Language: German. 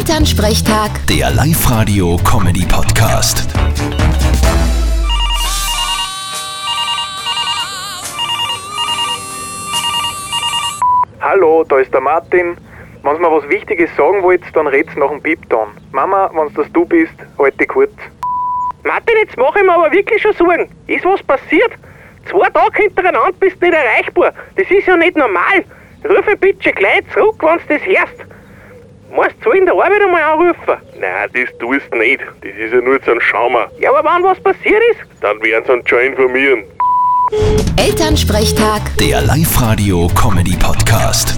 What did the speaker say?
Elternsprechtag, Der Live-Radio-Comedy-Podcast. Hallo, da ist der Martin. Wenn's mir was Wichtiges sagen wollt, dann red's nach dem Piepton. Mama, wenn's das du bist, halt dich kurz. Martin, jetzt mache ich mir aber wirklich schon Sorgen. Ist was passiert? Zwei Tage hintereinander bist du nicht erreichbar. Das ist ja nicht normal. Rufe bitte gleich zurück, wenn du das hörst. Musst du in der Arbeit einmal anrufen? Nein, das tust du nicht. Das ist ja nur zum Schaumer. Ja, aber wann was passiert ist? Dann werden sie uns schon informieren. Elternsprechtag. Der Live-Radio-Comedy-Podcast.